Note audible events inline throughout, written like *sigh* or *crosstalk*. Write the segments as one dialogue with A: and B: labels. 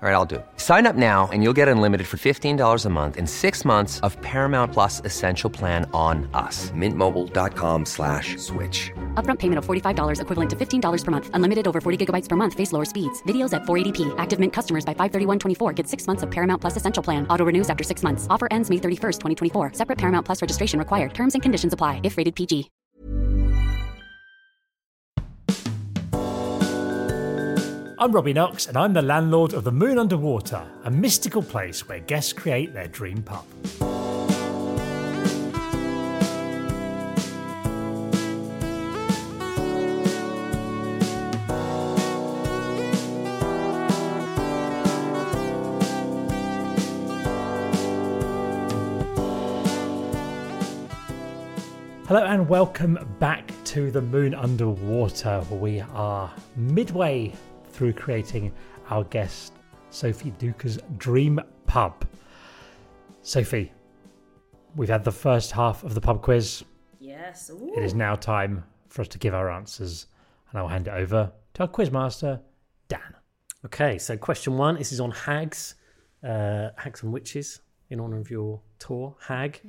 A: All right, I'll do. it. Sign up now and you'll get unlimited for $15 a month and six months of Paramount Plus Essential Plan on us. Mintmobile.com slash switch.
B: Upfront payment of $45 equivalent to $15 per month. Unlimited over 40 gigabytes per month. Face lower speeds. Videos at 480p. Active Mint customers by 531.24 get six months of Paramount Plus Essential Plan. Auto renews after six months. Offer ends May 31st, 2024. Separate Paramount Plus registration required. Terms and conditions apply if rated PG.
C: I'm Robbie Knox, and I'm the landlord of the Moon Underwater, a mystical place where guests create their dream pub. Hello and welcome back to the Moon Underwater. We are midway through creating our guest Sophie Duca's dream pub. Sophie, we've had the first half of the pub quiz.
D: Yes.
C: It is now time for us to give our answers, and I'll hand it over to our quizmaster, Dan.
E: Okay, so question one. This is on hags, uh, hags and witches, in honor of your tour. Hag.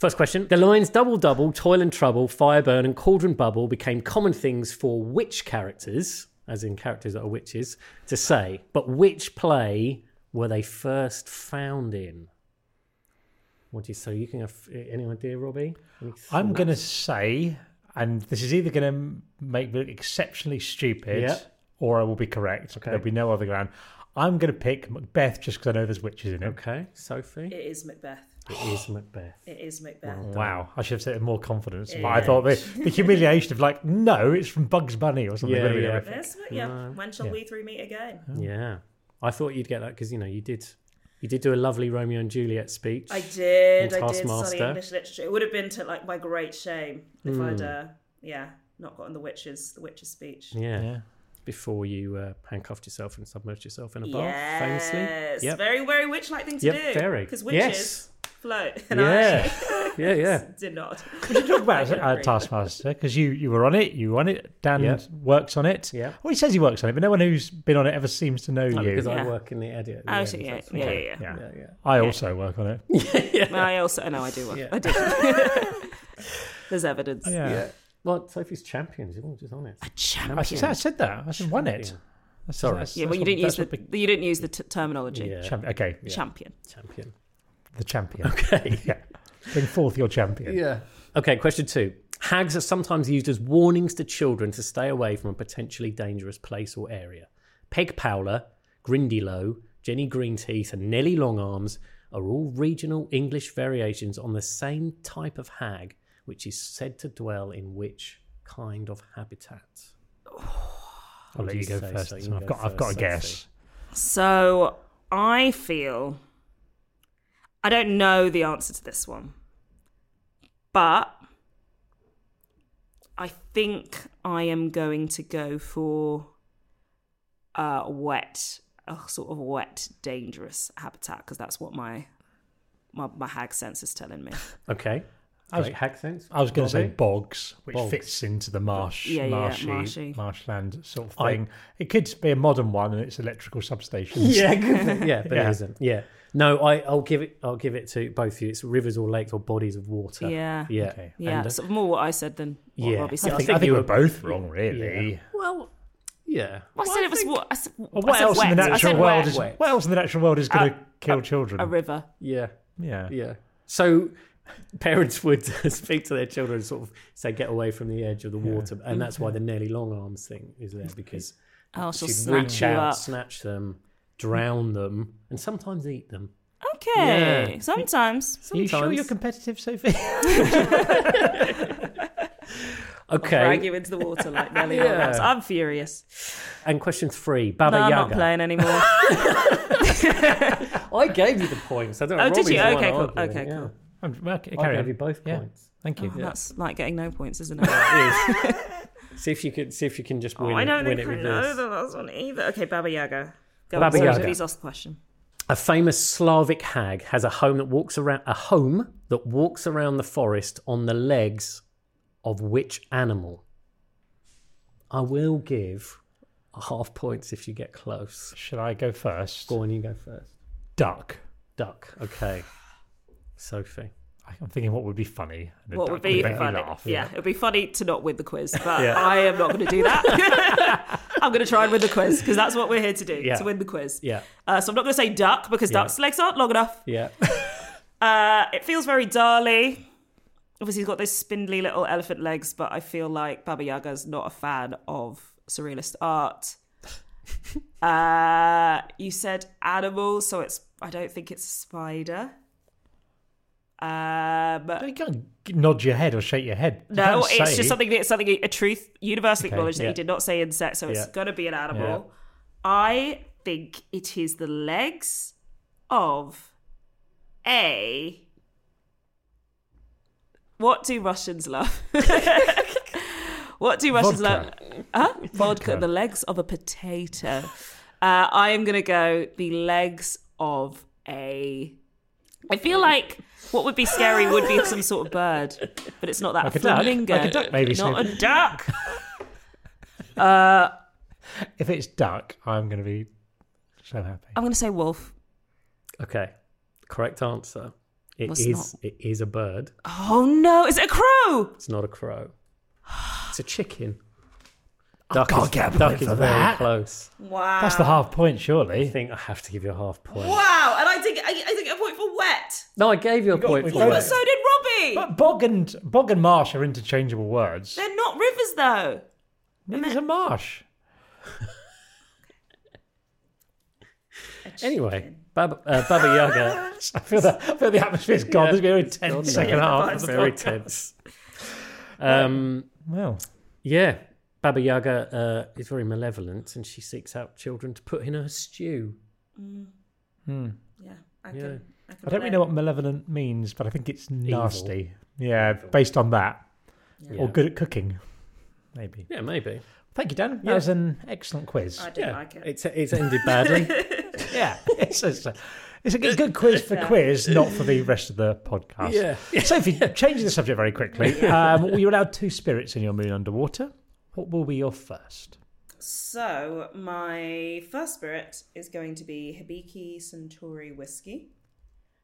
E: First question: The lines "double double," "toil and trouble," "fireburn," and "cauldron bubble" became common things for which characters, as in characters that are witches, to say. But which play were they first found in? What do you say? You can have any idea, Robbie? Any
C: I'm
E: thoughts?
C: going to say, and this is either going to make me look exceptionally stupid
E: Yeah.
C: or I will be correct.
E: Okay.
C: There'll be no other ground. I'm going to pick Macbeth just because I know there's witches in it.
E: Okay, Sophie.
D: It is Macbeth.
E: It is Macbeth.
D: It is Macbeth.
C: Wow, I should have said it with more confidence. But I thought the, the humiliation of like, no, it's from Bugs Bunny or something.
E: Yeah,
C: really
E: yeah.
C: horrific.
D: That's what, yeah. When shall we three meet again?
C: Oh.
E: Yeah, I thought you'd get that because you know you did. You did do a lovely Romeo and Juliet speech.
D: I did.
E: And
D: I did study
E: Taskmaster. Hmm.
D: English literature. It would have been to like my great shame if I'd, uh, yeah, not gotten the witches, the witches speech.
E: Yeah.
C: Yeah.
E: Before you uh, handcuffed yourself and submerged yourself in a bath,
D: Yes.
E: famously. Yep.
D: Very, very witch-like thing to
E: Yep,
D: do.
E: very.
D: Because witches
E: Yes.
D: float. *laughs* And
E: Yeah.
D: I *laughs*
E: yeah, yeah.
D: did not.
C: Talk about
D: *laughs* I can
C: uh,
D: agree.
C: Taskmaster because you you were on it, you were on it. Dan
E: Yeah.
C: works on it.
E: Yeah. Oh,
C: Well, he says he works on it, but no one who's been on it ever seems to know you.
E: Because I
D: Yeah.
E: work in the edit.
D: Oh, shit, yeah, yeah, yeah, yeah.
C: yeah.
E: yeah, yeah.
C: I also work
E: *laughs*
C: on it.
D: Well, I also, no, I do work.
E: Yeah.
D: *laughs*
E: Oh,
D: I do. There's evidence.
C: Yeah.
E: Yeah. Well, Sophie's champions. You're just on it.
C: I, said- I said that. I said won it. That's,
E: Sorry.
C: that's-
D: Yeah,
C: that's
D: well, you
C: what-
D: didn't use
C: that's
D: the
C: what big-
D: you didn't use the t- terminology.
E: Yeah.
C: champ- okay,
D: Champion.
E: Champion. *laughs*
C: the champion. Okay. yeah. Bring forth your champion.
E: Yeah. Okay, question two. Hags are sometimes used as warnings to children to stay away from a potentially dangerous place or area. Peg Powler, Grindylow, Jenny Greenteeth, and Nellie Longarms are all regional English variations on the same type of hag, which is said to dwell in which kind of habitat?
C: I'll let you go
E: Say
C: first.
E: so,
C: this
E: you
C: one.
E: can
C: I've
E: go
C: got. I've got a
E: first,
C: guess.
E: Sophie.
D: So I feel I don't know the answer to this one, but I think I am going to go for uh, wet, a sort of wet, dangerous habitat because that's what my, my my hag sense is
C: *laughs*
D: telling me.
E: Okay. Great hag sense.
C: I was going to say
E: Robbie?
C: bogs, which
E: Bogs.
C: fits into the marsh,
D: Yeah, yeah, yeah,
C: marshy,
D: marshy.
C: marshland sort of
E: I-
C: thing. it could be a modern one, and it's electrical substations.
E: *laughs* Yeah, good. *laughs* yeah, but
C: Yeah.
E: it isn't. Yeah, no, I, I'll give it. I'll give it to both of you. It's rivers or lakes or bodies of water.
D: Yeah.
E: yeah,
C: Okay.
D: Yeah,
E: And, uh,
D: sort of more what I said than what
E: Yeah.
D: Robbie
E: I
C: I
D: said.
C: think, I
E: think
C: think
E: you
C: we were
E: were-
C: both wrong, really.
E: yeah. Well, yeah.
D: I said it was what I said,
C: What else in the
D: wet. I
C: natural
D: said
C: world
D: wet.
C: is?
E: wet.
C: What else in the natural world is going to kill children?
D: a river.
E: Yeah,
C: yeah.
E: yeah. So parents would *laughs* speak to their children, sort of say, "Get away from the edge of the water," and that's why the Nelly Long Arms thing is there because
D: Oh, Mm-hmm. *laughs* she'll
E: she'd
D: snatch
E: reach
D: you
E: out,
D: up.
E: snatch them, drown them, and sometimes eat them.
D: Okay.
E: Yeah.
D: Sometimes.
C: Are you sure
E: Sometimes.
C: you're competitive, Sophie?
E: Okay.
D: Drag you into the
E: *laughs*
D: water like Nelly
E: Yeah.
D: Williams. I'm furious.
E: And question three, Baba
D: No, I'm not
E: Yaga. *laughs*
D: playing anymore.
E: I gave you the points. I don't know.
D: Oh, did you?
E: Robbie's the
D: Okay,
E: one
D: cool.
E: arguing,
D: Okay,
E: yeah.
D: cool.
C: *laughs* I'm, well, okay,
E: I
C: carry
E: gave you
C: on.
E: both
C: Yeah.
E: points.
C: Thank you.
D: That's like getting no points, isn't it? *laughs*
E: See if you can. See if you can just
D: Oh,
E: win.
D: I don't
E: win
D: think
E: it
D: I
E: with
D: know
E: this.
D: the last one either. Okay, Baba Yaga. Go
E: Baba
D: on, sorry,
E: Yaga.
D: Please ask the question.
E: A famous Slavic hag has a home that walks around a home that walks around the forest on the legs of which animal? I will give half points if you get close.
C: Should I go first?
E: Go on, you go first.
C: Duck.
E: Duck. Okay. Sophie.
C: I'm thinking what would be funny. and a
D: What
C: duck
D: would be
C: make me
D: funny?
C: laugh.
D: yeah, it would be funny to not win the quiz, but I am not going to
E: *laughs*
D: do that. *laughs* I'm going to try and win the quiz because that's what we're here to do,
E: Yeah.
D: to win the quiz.
E: Yeah.
D: Uh, so I'm not going to say duck because duck's legs aren't long enough.
E: Yeah. *laughs*
D: Uh, it feels very Dali. Obviously, he's got those spindly little elephant legs, but I feel like Baba Yaga's not a fan of surrealist art. uh, you said animal, so it's. I don't think it's a spider. Um,
C: You can't g- nod your head or shake your head. You
D: no,
C: can't
D: it's
C: say-
D: just something that something a truth universally acknowledged that
E: yeah.
D: he did not say insect, so it's
E: Yeah.
D: gonna be an animal. I think it is the legs of a. What do Russians love? *laughs* what do Russians
C: Vodka.
D: love? Huh? Vodka. The legs of a potato. Uh, I am gonna go the legs of a. I feel like what would be scary would be some sort of bird, but it's not that.
C: Like a duck.
D: flamingo.
C: Like a duck, maybe,
D: Not
C: Snoop.
D: a duck. *laughs* Uh,
C: If it's duck, I'm going to be so happy.
D: I'm gonna say wolf.
E: Okay. Correct answer. It
D: Was
E: is. It is a bird.
D: Oh no! Is it a crow?
E: It's not a crow. It's a chicken. Duck
C: can't
E: is,
C: get a point
E: duck is
C: for
E: very
C: that.
E: close.
D: Wow!
C: That's the half point,
E: I
C: surely.
E: think I have to give you a half point.
D: Wow! And I think I, I think a point for wet.
E: No, I gave you a point
C: we
E: for
C: got
E: that.
C: it.
D: So did Robbie.
C: But bog and bog and marsh are interchangeable words.
D: They're not rivers though.
C: There's a marsh.
E: Anyway, Baba, uh, Baba Yaga. *laughs*
C: I feel that. I feel the atmosphere's gone. There's been a very tense second half.
E: It's very tense. Um,
C: Well,
E: yeah, Baba Yaga uh, is very malevolent, and she seeks out children to put in her stew.
D: Yeah. I
E: Yeah.
C: I don't really know what malevolent means, but I think it's nasty. Yeah,
E: Evil.
C: based on that,
E: Yeah.
C: or good at cooking, maybe.
E: Yeah, maybe.
C: Thank you, Dan. That
E: Yeah.
C: was an excellent quiz.
D: I don't
E: Yeah,
D: like it.
E: it's it's ended badly.
C: yeah, it's, it's, a, it's a good good quiz for quiz, not for the rest of the podcast.
E: Yeah.
C: *laughs* Sophie, changing the subject very quickly. Um, you're allowed two spirits in your moon underwater. What will be your first?
D: So my first spirit is going to be Hibiki Centauri whiskey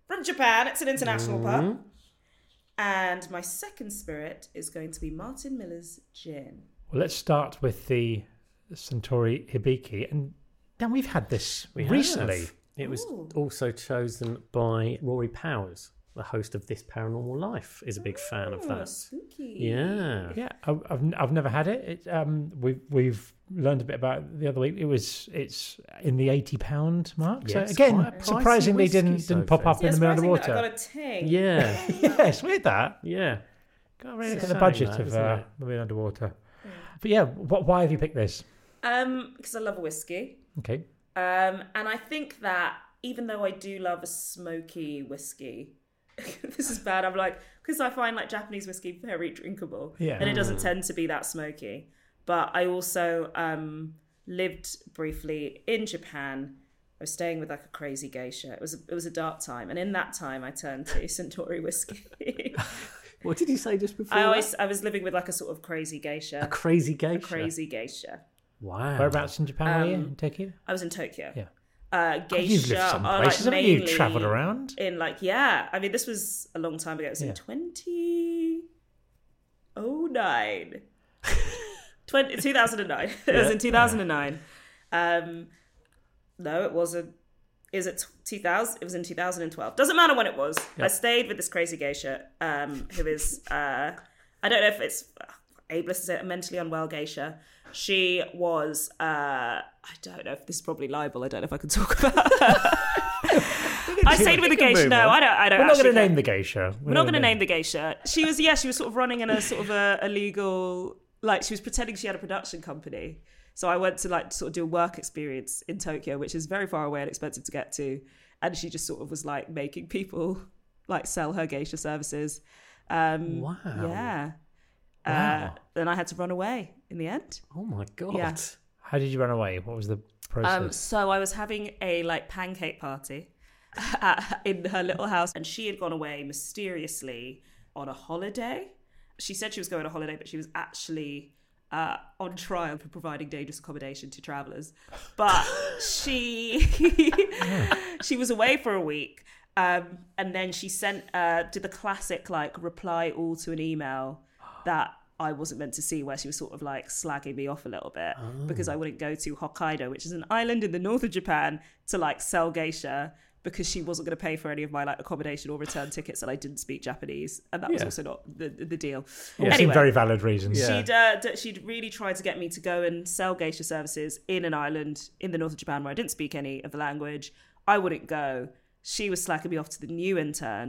D: from Japan. It's an international
E: Mm.
D: pub. And my second spirit is going to be Martin Miller's gin.
C: Well, let's start with the Centauri Hibiki, and Dan, we've had this
E: *laughs* We have.
C: recently.
E: It was also chosen by Rory Powers, the host of This Paranormal Life, is a big fan of
D: Oh,
E: that.
D: spooky.
E: Yeah.
C: Yeah, I, I've n- I've never had it. it um, we've we've learned a bit about it the other week. It was it's in the eighty pound mark.
E: Yeah, it's
C: so again,
E: quite a pricey
C: surprising they
E: whiskey,
C: didn't didn't pop
E: Sophie.
C: up
D: Yeah,
C: in the middle of the
D: surprising that I
C: water.
D: got a ting.
E: Yeah.
C: *laughs*
E: *laughs*
C: yeah, it's weird that.
E: Yeah.
C: Got to really look
E: It's
C: at the
E: exciting,
C: budget
E: that,
C: of
E: isn't
C: uh,
E: it?
C: the moon underwater. But yeah, wh- why have you picked this?
D: Um, because I love a whiskey.
C: Okay,
D: Um, and I think that even though I do love a smoky whiskey, *laughs* this is bad. I'm like because I find like Japanese whiskey very drinkable,
C: Yeah.
D: and it doesn't tend to be that smoky. But I also um, lived briefly in Japan. I was staying with like a crazy geisha. It was it was a dark time, and in that time, I turned to *laughs* Centauri whiskey.
E: What did you say just before?
D: I always I was living with like a sort of crazy geisha,
E: a crazy geisha.
D: crazy geisha.
E: Wow.
C: whereabouts in Japan were you?
D: Um,
C: In Tokyo.
D: I was in Tokyo.
C: Yeah. Oh,
D: Uh, geisha
C: You've lived some
D: are, like,
C: places, haven't you?
D: mainly-
C: Travelled around.
D: in like yeah i mean this was a long time ago it was
C: Yeah.
D: in
C: *laughs*
D: 2009 Twen- 2009 *laughs* it was in 2009 um no it wasn't is it 2000 it was in 2012 doesn't matter when it was i stayed with this crazy geisha um who is uh i don't know if it's uh, ableist is it a mentally unwell geisha she was uh i don't know if this is probably libel i don't know if i can talk
C: *laughs*
D: about I stayed with the geisha. No, I don't. I don't.
C: We're not
D: actually
C: going to
D: care.
C: name the geisha.
D: We're not going to name the geisha. She was, yeah, she was sort of running in a sort of a illegal like she was pretending she had a production company. So I went to like sort of do a work experience in Tokyo, which is very far away and expensive to get to. And she just sort of was like making people like sell her geisha services. Um,
E: Wow.
D: Yeah.
C: Wow.
D: Uh, then I had to run away in the end.
E: Oh my god.
D: Yeah.
C: How did you run away? What was the
D: Um,
C: process?
D: so I was having a like pancake party *laughs* at- in her little house, and she had gone away mysteriously on a holiday. She said she was going on holiday, but she was actually uh, on trial for providing dangerous accommodation to travellers. But she she was away for a week, um, and then she sent uh, did the classic like reply all to an email that I wasn't meant to see, where she was sort of like slagging me off a little bit because I wouldn't go to Hokkaido, which is an island in the north of Japan, to like sell geisha because she wasn't going to pay for any of my like accommodation or return tickets, and I didn't speak Japanese, and that was
E: Yeah.
D: also not the the deal.
C: All seem
D: Um, Anyway,
C: very valid reasons.
E: Yeah.
D: she'd uh, d- she'd really tried to get me to go and sell geisha services in an island in the north of Japan where I didn't speak any of the language. I wouldn't go. She was slacking me off to the new intern,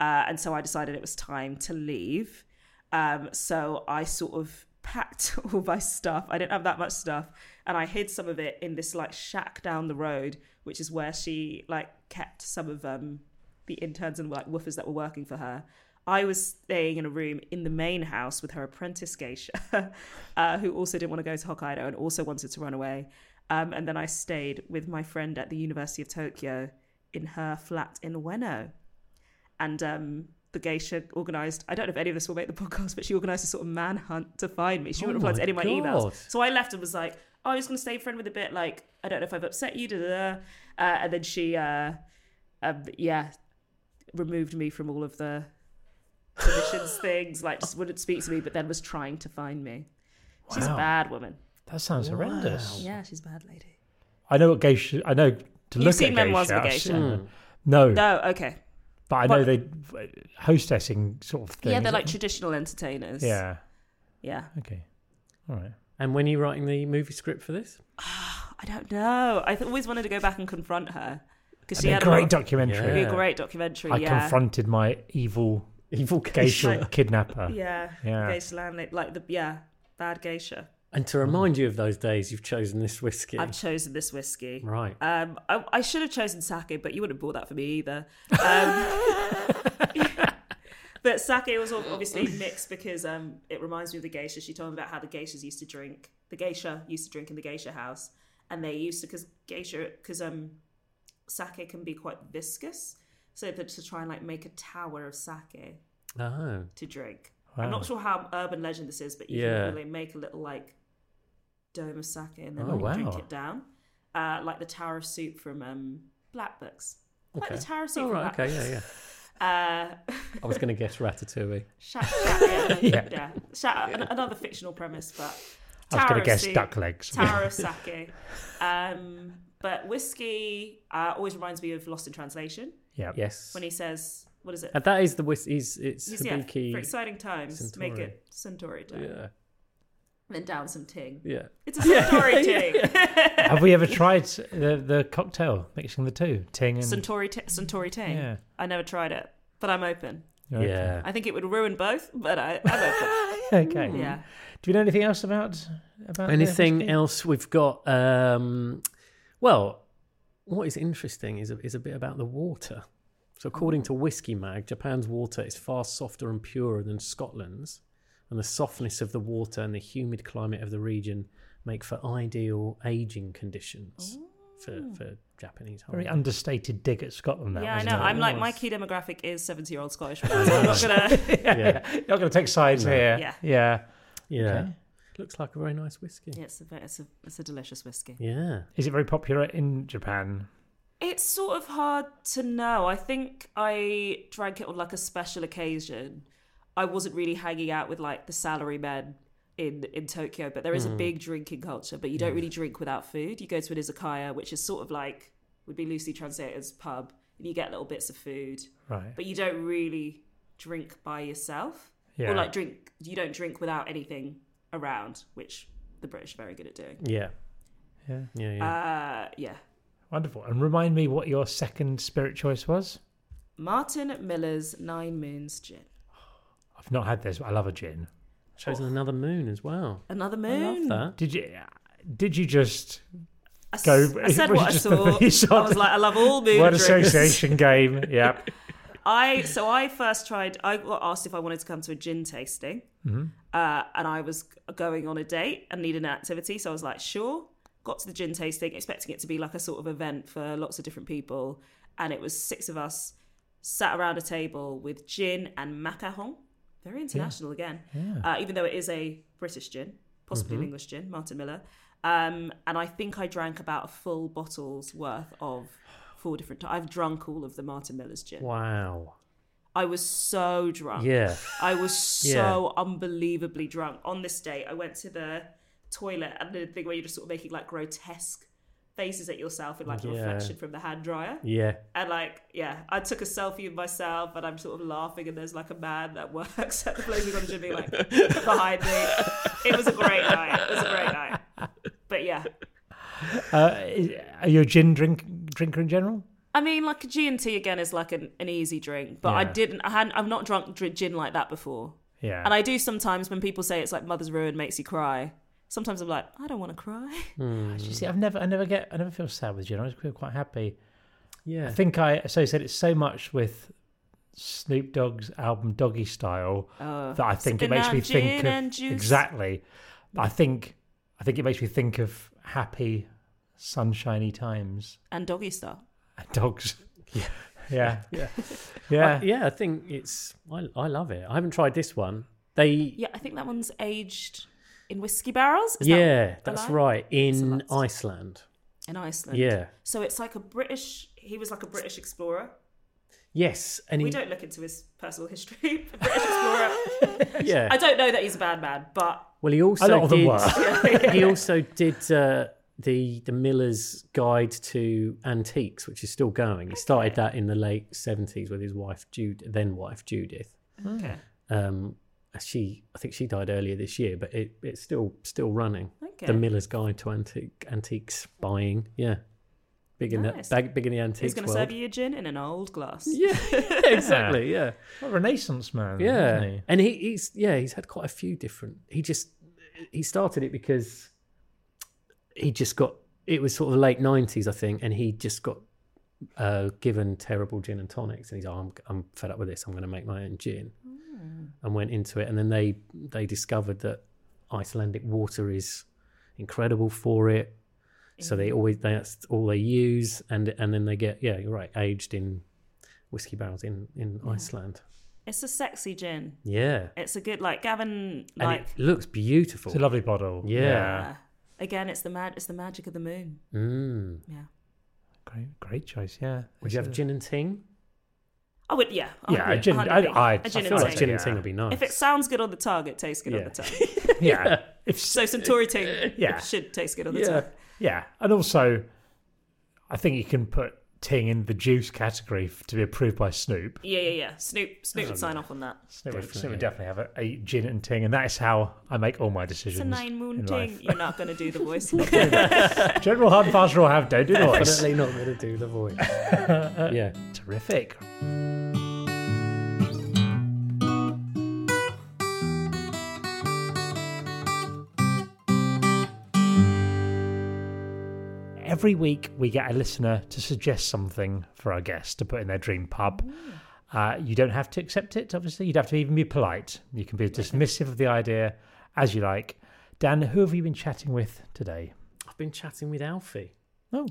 D: uh, and so I decided it was time to leave. Um, so I sort of packed *laughs* all my stuff. I didn't have that much stuff, and I hid some of it in this like shack down the road, which is where she like kept some of um the interns and like woofers that were working for her. I was staying in a room in the main house with her apprentice geisha, *laughs* uh, who also didn't want to go to Hokkaido and also wanted to run away. Um, and then I stayed with my friend at the University of Tokyo in her flat in Ueno. And um, the geisha organized, I don't know if any of this will make the *laughs* podcast, but she organized a sort of manhunt to find me. She
E: Oh
D: wouldn't reply to
E: my
D: any of my
E: God.
D: emails. So I left and was like, oh, I was going to stay friend with a bit. Like, I don't know if I've upset you. Da, da, da. Uh, and then she, uh, um, yeah, removed me from all of the *laughs* commissions things, like just wouldn't speak to me, but then was trying to find me. She's
C: Wow.
D: a bad woman.
C: That sounds horrendous.
D: Yeah, she's a bad lady.
C: I know what geisha. I know to
D: You've
C: look
D: seen
C: at
D: Memoirs of a
C: I've
D: Geisha.
C: seen them. No,
D: No, okay.
C: but I know
D: What-
C: they hostessing sort of thing.
D: Yeah, they're like traditional entertainers.
C: yeah.
D: Yeah.
C: Okay. All right.
E: And when are you writing the movie script for this?
D: I don't know. I th- always wanted to go back and confront her because she
C: It'd
D: had
C: be a
D: lot
C: great
D: of-
C: documentary.
D: it'd be
E: Yeah.
D: a great documentary.
C: I
D: yeah.
C: confronted my
D: *laughs*
C: evil
E: Evil
C: geisha kidnapper.
D: yeah.
C: Yeah.
D: Geisha landlady, like the yeah, bad geisha.
E: And to remind you of those days, you've chosen this whiskey.
D: I've chosen this whiskey.
E: Right.
D: Um, I, I should have chosen sake, but you wouldn't have bought that for me either. Um, *laughs* but sake was ob- obviously mixed because um, it reminds me of the geisha. She told me about how the geishas used to drink. The geisha used to drink in the geisha house, and they used to because geisha because um, sake can be quite viscous, so that to try and like make a tower of sake
E: Oh.
D: *laughs* to drink.
C: Wow.
D: I'm not sure how urban legend this is, but you
E: Yeah.
D: can really make a little like dome of sake and then
E: Oh,
D: like, drink
C: wow.
D: it down, uh, like the Tower of Soup from um, Black Books. Like
E: Okay.
D: the Tower of Soup.
E: All
D: from
E: right.
D: Black
E: Okay. Yeah. Yeah.
D: Uh,
E: I was going to guess Ratatouille.
D: *laughs* shout,
E: *laughs*
D: shout, yeah,
C: Yeah.
D: yeah. Shout, an- Another fictional premise, but
C: I was
D: Tower
C: going
D: of
C: to guess
D: Soup,
C: duck legs.
D: Tower
E: *laughs*
D: of Sake. Um, but whiskey uh, always reminds me of Lost in Translation
C: yeah.
E: Yes.
D: when he says, "What is it?"
E: And that is the whiskey. He's, it's
D: He's, yeah,
E: Hibiki.
D: for exciting times, make
E: Centauri.
D: it Centauri time.
E: Yeah.
D: And then down some ting.
E: Yeah.
D: It's a Centauri
E: yeah,
D: ting.
C: Have we ever tried the the cocktail mixing the two ting and
D: *laughs* Centauri, t- Centauri Tang.
C: Yeah.
D: I never tried it, but I'm open.
C: You're okay.
E: Yeah.
D: I think it would ruin both, but I,
E: *laughs*
D: I'm
C: *laughs* Okay.
D: open. Mm. yeah.
C: Do you know anything else about about the
E: Anything
C: whiskey?
E: else we've got? Um, well, what is interesting is a, is a bit about the water. So, according to Whiskey Mag, Japan's water is far softer and purer than Scotland's, and the softness of the water and the humid climate of the region make for ideal aging conditions for, for Japanese.
C: Very
E: hobbyists.
C: understated dig at Scotland. That
D: Yeah, I
C: wasn't
D: know.
C: it?
D: I'm like, my key demographic is 70 year
E: *laughs*
D: old Scottish women. So I'm not *laughs* going to.
E: yeah,
C: *laughs* You're not going to take sides here.
D: Yeah.
C: Yeah.
E: yeah. Looks like a very nice whiskey. Yeah.
D: It's a, ve- it's, a, it's a delicious whiskey.
C: Is it very popular in Japan?
D: It's sort of hard to know. I think I drank it on like a special occasion. I wasn't really hanging out with like the salary men in in Tokyo, but there is a big drinking culture. But you don't really drink without food. You go to an izakaya, which is sort of like would be loosely translated as pub, and you get little bits of food,
C: Right.
D: but you don't really drink by yourself.
C: Yeah.
D: Or like drink, you don't drink without anything around, which the British are very good at doing.
E: Yeah.
C: Yeah.
E: Yeah. yeah.
D: Uh, yeah.
C: Wonderful. And remind me what your second spirit choice was.
D: Martin Miller's Nine Moons Gin.
C: I've not had this, but I love a gin.
E: Shows on another moon as well.
D: Another
E: I
D: moon.
E: love that.
C: Did you? Did you just
D: I, s-
C: Go- *laughs*
D: I said
C: was
D: what I
C: just the police
D: saw. I
C: shot.
D: was like, I love all moon
C: word
D: drinks. *laughs*
C: association game? Yep.
D: I so I first tried. I got asked if I wanted to come to a gin tasting, uh, and I was going on a date and needed an activity, so I was like, sure. Got to the gin tasting, expecting it to be like a sort of event for lots of different people, and it was six of us sat around a table with gin and macaron. Very international again, uh, even though it is a British gin, possibly an English gin, Martin Miller. Um, and I think I drank about a full bottle's worth of four different. i I've drunk all of the Martin Miller's gin.
E: Wow.
D: I was so drunk.
E: Yeah.
D: I was so unbelievably drunk. On this day, I went to the toilet and the thing where you're just sort of making like grotesque faces at yourself in like a
E: Yeah.
D: reflection from the hand dryer.
E: Yeah.
D: And like, yeah, I took a selfie of myself and I'm sort of laughing and there's like a man that works at the place we got a gym
E: *laughs*
D: being like behind me. It was a great night. It was a great night. But yeah.
C: Uh, are you a gin drink drinker in general?
D: I mean, like a G&T again is like an, an easy drink, but I
C: Yeah.
D: didn't, I hadn't, I've not drunk dr- gin like that before.
C: Yeah.
D: And I do sometimes when people say it's like mother's ruin makes you cry. Sometimes I'm like, I don't want to cry.
E: Hmm.
C: Actually, see, I've never, I never get, I never feel sad with gin. I always feel quite happy.
E: Yeah.
C: I think I associate it so much with Snoop Dogg's album Doggy Style
D: Oh,
C: that I think it
D: sipping
C: makes me
D: on
C: think
D: gin and
C: of
D: juice.
C: exactly. I think, I think it makes me think of happy, sunshiny times
D: And doggy style.
C: and
E: *laughs*
C: dogs. *laughs* Yeah, yeah, yeah.
E: I, yeah, I think it's. I, I love it. I haven't tried this one. They. Yeah,
D: Yeah, I think that one's aged in whiskey barrels. Is that
E: that's
D: allowed?
E: right. In
D: that's-
E: Iceland.
D: In Iceland.
E: Yeah.
D: So it's like a British. He was like a British explorer.
E: Yes, and
D: We
E: he,
D: don't look into his personal history. *laughs* but British explorer.
E: yeah.
D: I don't know that he's a bad man, but
E: well, he also
C: a lot of them
E: did.
C: were.
E: *laughs* he also did uh, the the Miller's Guide to Antiques, which is still going. He started that in the late seventies with his wife Jude, then wife Judith.
D: okay,
E: Um, she, I think she died earlier this year, but it, it's still still running.
D: Okay.
E: The Miller's Guide to Antique Antiques Buying, yeah, big in
D: Nice.
E: the big, big in the antiques
D: he's going to
E: world.
D: serve you a gin in an old glass.
E: Yeah, *laughs* exactly. Yeah,
C: What a Renaissance man.
E: yeah.
C: isn't he?
E: And he, he's yeah, he's had quite a few different. He just he started it because he just got it was sort of late nineties, I think, and he just got uh, given terrible gin and tonics, and he's like, I'm I'm fed up with this. I'm going to make my own gin, and went into it. And then they they discovered that Icelandic water is incredible for it. So they always that's all they use, and and then they get yeah you're right aged in whiskey barrels in in Iceland.
D: It's a sexy gin.
E: Yeah.
D: It's a good like Gavin
E: And
D: like.
E: it looks beautiful.
C: It's a lovely bottle.
E: Yeah.
D: uh, again, it's the mad. It's the magic of the moon.
E: Mm.
D: Yeah.
C: Great, great choice. Yeah.
E: Would you have gin *laughs* and ting?
D: I would, yeah. I
C: Yeah,
D: would
C: a
D: be.
C: gin- I-
D: 100p.
C: I-
D: A gin
C: I
E: I
D: and
E: feel
C: I'd
E: like
D: ting.
C: say
E: gin and
C: yeah.
E: ting would be nice. Oh,
D: If
E: *laughs*
D: it sounds good on the tongue, it tastes good on
E: Yeah.
D: the tongue.
C: Yeah. If
D: *laughs* So Centauri ting
C: Yeah.
D: should taste good on the
E: yeah.
D: tongue.
C: Yeah, and also, I think you can put Ting in the juice category f- to be approved by Snoop.
D: Yeah, yeah, yeah. Snoop, Snoop would sign off on that.
C: Snoop would, Snoop would definitely have a, a gin and Ting, and that is how I make all my
D: It's
C: decisions.
D: a nine moon
C: in
D: ting.
C: life. *laughs*
D: You're not going to do the voice.
C: General hard and fast rule: have
D: *laughs*
C: don't do the voice.
E: Definitely not going to do the voice. yeah.
C: Terrific. Every week, we get a listener to suggest something for our guests to put in their dream pub. Uh, you don't have to accept it, obviously. You'd have to even be polite. You can be as dismissive of the idea as you like. Dan, who have you been chatting with today?
E: I've been chatting with Alfie,
C: Oh,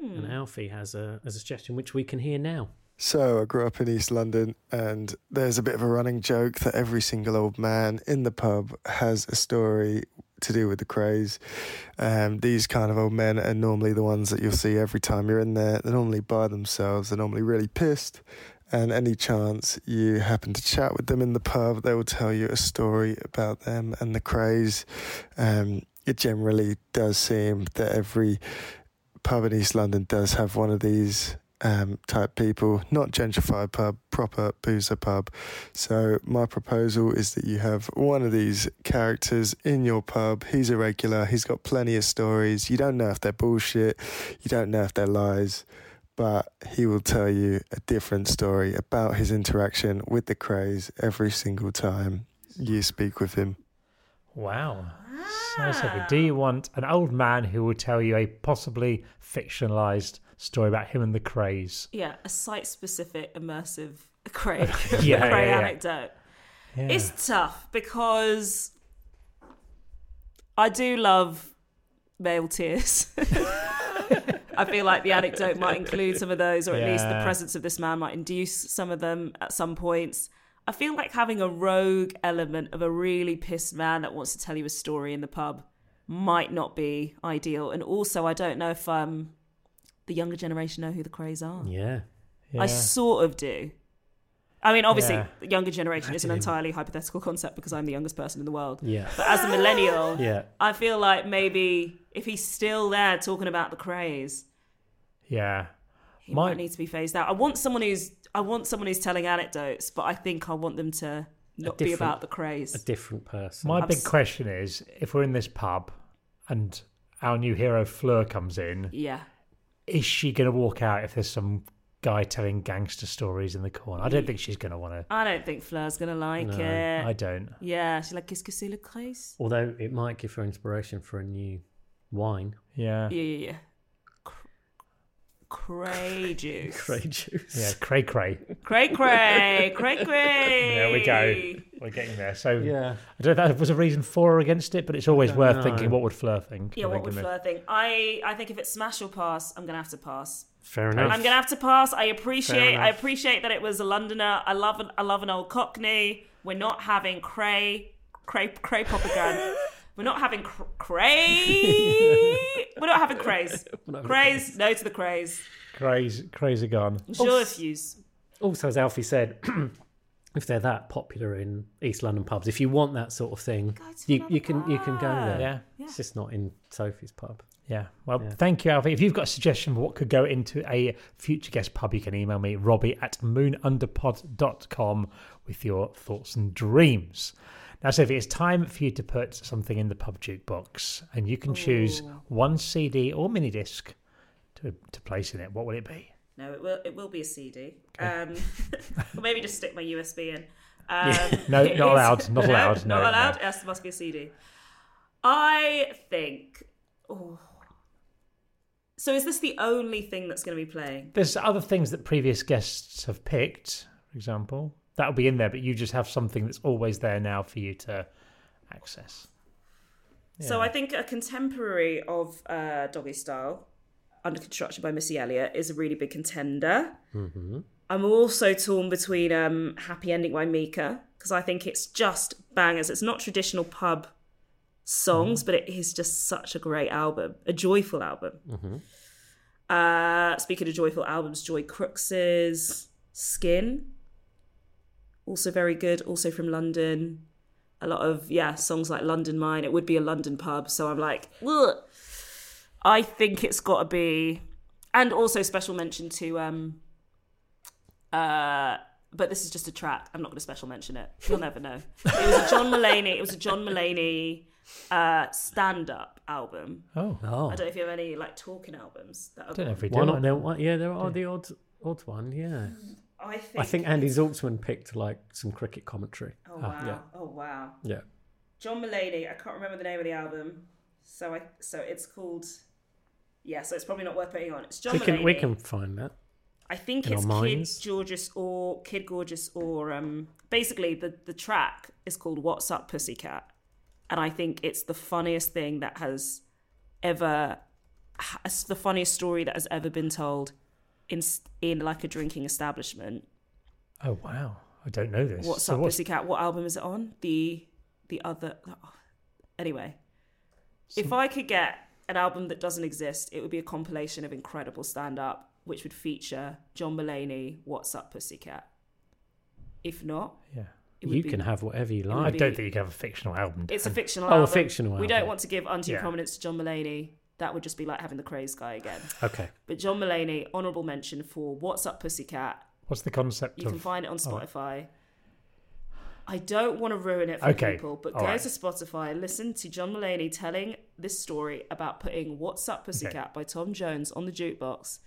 E: and Alfie has a, has a suggestion which we can hear now.
F: So I grew up in East London, and there's a bit of a running joke that every single old man in the pub has a story to do with the craze. Um, these kind of old men are normally the ones that you'll see every time you're in there. They're normally by themselves. They're normally really pissed. And any chance you happen to chat with them in the pub, they will tell you a story about them and the craze. Um, it generally does seem that every pub in East London does have one of these um, type people, not gentrified pub, proper boozer pub. So my proposal is that you have one of these characters in your pub. He's a regular. He's got plenty of stories. You don't know if they're bullshit. You don't know if they're lies. But he will tell you a different story about his interaction with the craze every single time you speak with him.
C: Wow. So, so
D: Ah.
C: do you want an old man who will tell you a possibly fictionalized story about him and the craze?
D: Yeah, a site specific immersive *laughs* Cray,
C: *laughs* Yeah, yeah,
D: Cray
C: yeah.
D: anecdote.
C: Yeah.
D: It's tough because I do love male tears. *laughs* I feel like the anecdote might include some of those, or at least the
C: Yeah.
D: presence of this man might induce some of them at some points. I feel like having a rogue element of a really pissed man that wants to tell you a story in the pub might not be ideal. And also, I don't know if um, the younger generation know who the Crays are.
E: Yeah.
D: I sort of do. I mean, obviously,
C: Yeah.
D: the younger generation is an entirely hypothetical concept because I'm the youngest person in the world.
E: Yeah.
D: But as a millennial,
E: *laughs* Yeah.
D: I feel like maybe if he's still there talking about the craze,
C: yeah.
D: he
C: My-
D: might need to be phased out. I want someone who's I want someone who's telling anecdotes, but I think I want them to not be
E: different-
D: about the
E: A
D: craze.
E: different person.
C: My big
D: s-
C: question is if we're in this pub and our new hero Fleur comes in,
D: yeah.
C: is she going to walk out if there's some guy telling gangster stories in the corner? I don't think she's going to want to.
D: I don't think Fleur's gonna like it.
C: I don't.
D: yeah, she's like, qu'est-ce que c'est le craze?
E: Although it might give her inspiration for a new wine.
C: Yeah.
D: Yeah, yeah, yeah. Cr- Cray
E: *laughs*
D: juice.
E: Grey juice.
C: Yeah. Cray cray.
D: Cray cray, cray cray.
C: There we go. We're getting there. So
E: Yeah.
C: I don't know if that was a reason for or against it, but it's always
E: don't
C: worth
E: know.
C: thinking what would Fleur think?
D: Yeah,
C: I
D: what
C: think,
D: would
C: isn't it?
D: Fleur think? I, I think if it's smash or pass, I'm gonna have to pass.
E: Fair
C: enough.
E: enough.
D: I'm gonna have to pass. I appreciate.
E: Fair
D: I
E: enough.
D: appreciate that it was a Londoner. I love. An, I love an old Cockney. We're not having cray, cray, cray propaganda. We're not having cr- cray. We're not having craze. Craze. No to the craze.
C: Craze, crazy gone.
D: Sure, if yous.
E: Also, as Alfie said, *clears throat* if they're that popular in East London pubs, if you want that sort of thing, you, you can you can go there.
C: Yeah.
E: It's just not in Sophie's pub.
C: Yeah. Well, thank you, Alfie. If you've got a suggestion for what could go into a future guest pub, you can email me, robbie at moonunderpod.com with your thoughts and dreams. Now, Sophie, it's time for you to put something in the pub jukebox, and you can choose one CD or mini disc to, to place in it. What will it be?
D: No, it will. It will be a CD. Um, *laughs* or maybe just stick my USB in. Um,
C: *laughs* No, not
D: *laughs* It's-
C: allowed. Not
D: No,
C: allowed. No,
D: not
C: no.
D: allowed. Yes, must be a CD. I think. Oh. So is this the only thing that's going to be playing?
C: There's other things that previous guests have picked, for example. That'll be in there, but you just have something that's always there now for you to access.
D: So I think a contemporary of uh, Doggy Style, under construction by Missy Elliott, is a really big contender. I'm also torn between um, Happy Ending by Mika because I think it's just bangers. It's not traditional pub songs, but it is just such a great album, a joyful album. Uh, speaking of joyful albums, Joy Crooks's Skin, also very good, also from London. A lot of yeah songs like London Mine. It would be a London pub, so I'm like, Ugh. I think it's got to be, and also special mention to um uh, but this is just a track. I'm not going to special mention it. You'll never know. It was a John Mulaney. It was a John Mulaney uh, stand-up album.
C: Oh,
E: Oh,
D: I don't know if you have any like talking albums. That are
C: don't know if we
E: why
C: do.
E: not? There, why- yeah, there are the odd odd one. Yeah,
D: Hmm, I think.
E: I think Andy Zaltzman picked like some cricket commentary. Ah,
D: Oh wow!
E: yeah.
D: Oh wow!
E: Yeah,
D: John Mulaney. I can't remember the name of the album. So I. So it's called. Yeah. So it's probably not worth putting on. It's John
E: we can we
D: Mulaney.
E: can find that.
D: I think
E: in
D: it's
E: our
D: Kid
E: minds.
D: Gorgeous or Kid Gorgeous or um basically the the track is called What's Up Pussycat and I think it's the funniest thing that has ever it's the funniest story that has ever been told in s- in like a drinking establishment.
C: Oh, wow. I don't know this.
D: What's
C: So
D: Up Pussycat? What album is it on? The the other oh. anyway. If I could get an album that doesn't exist, it would be a compilation of incredible stand up which would feature John Mulaney, What's Up Pussycat. If not,
C: Yeah.
D: would
E: You
D: be-
E: can have whatever you
D: would
C: I
E: like.
D: be-
C: don't think you can have a fictional album.
D: it's a
C: Dan.
D: fictional
E: Oh, a
D: album.
E: fictional
D: We don't
E: album.
D: want to give undue
C: Yeah.
D: prominence to John Mulaney. That would just be like having the craze guy again.
E: Okay.
D: But John Mulaney, honourable mention for What's Up Pussycat.
C: What's the concept
D: You
C: of? oh,
D: can find it on
C: all right.
D: Spotify. I don't want to ruin it for
C: Okay,
D: people, but
C: all
D: go
C: right.
D: to Spotify and listen to John Mulaney telling this story about putting What's Up Pussycat by Tom Jones on the jukebox.
C: Uh,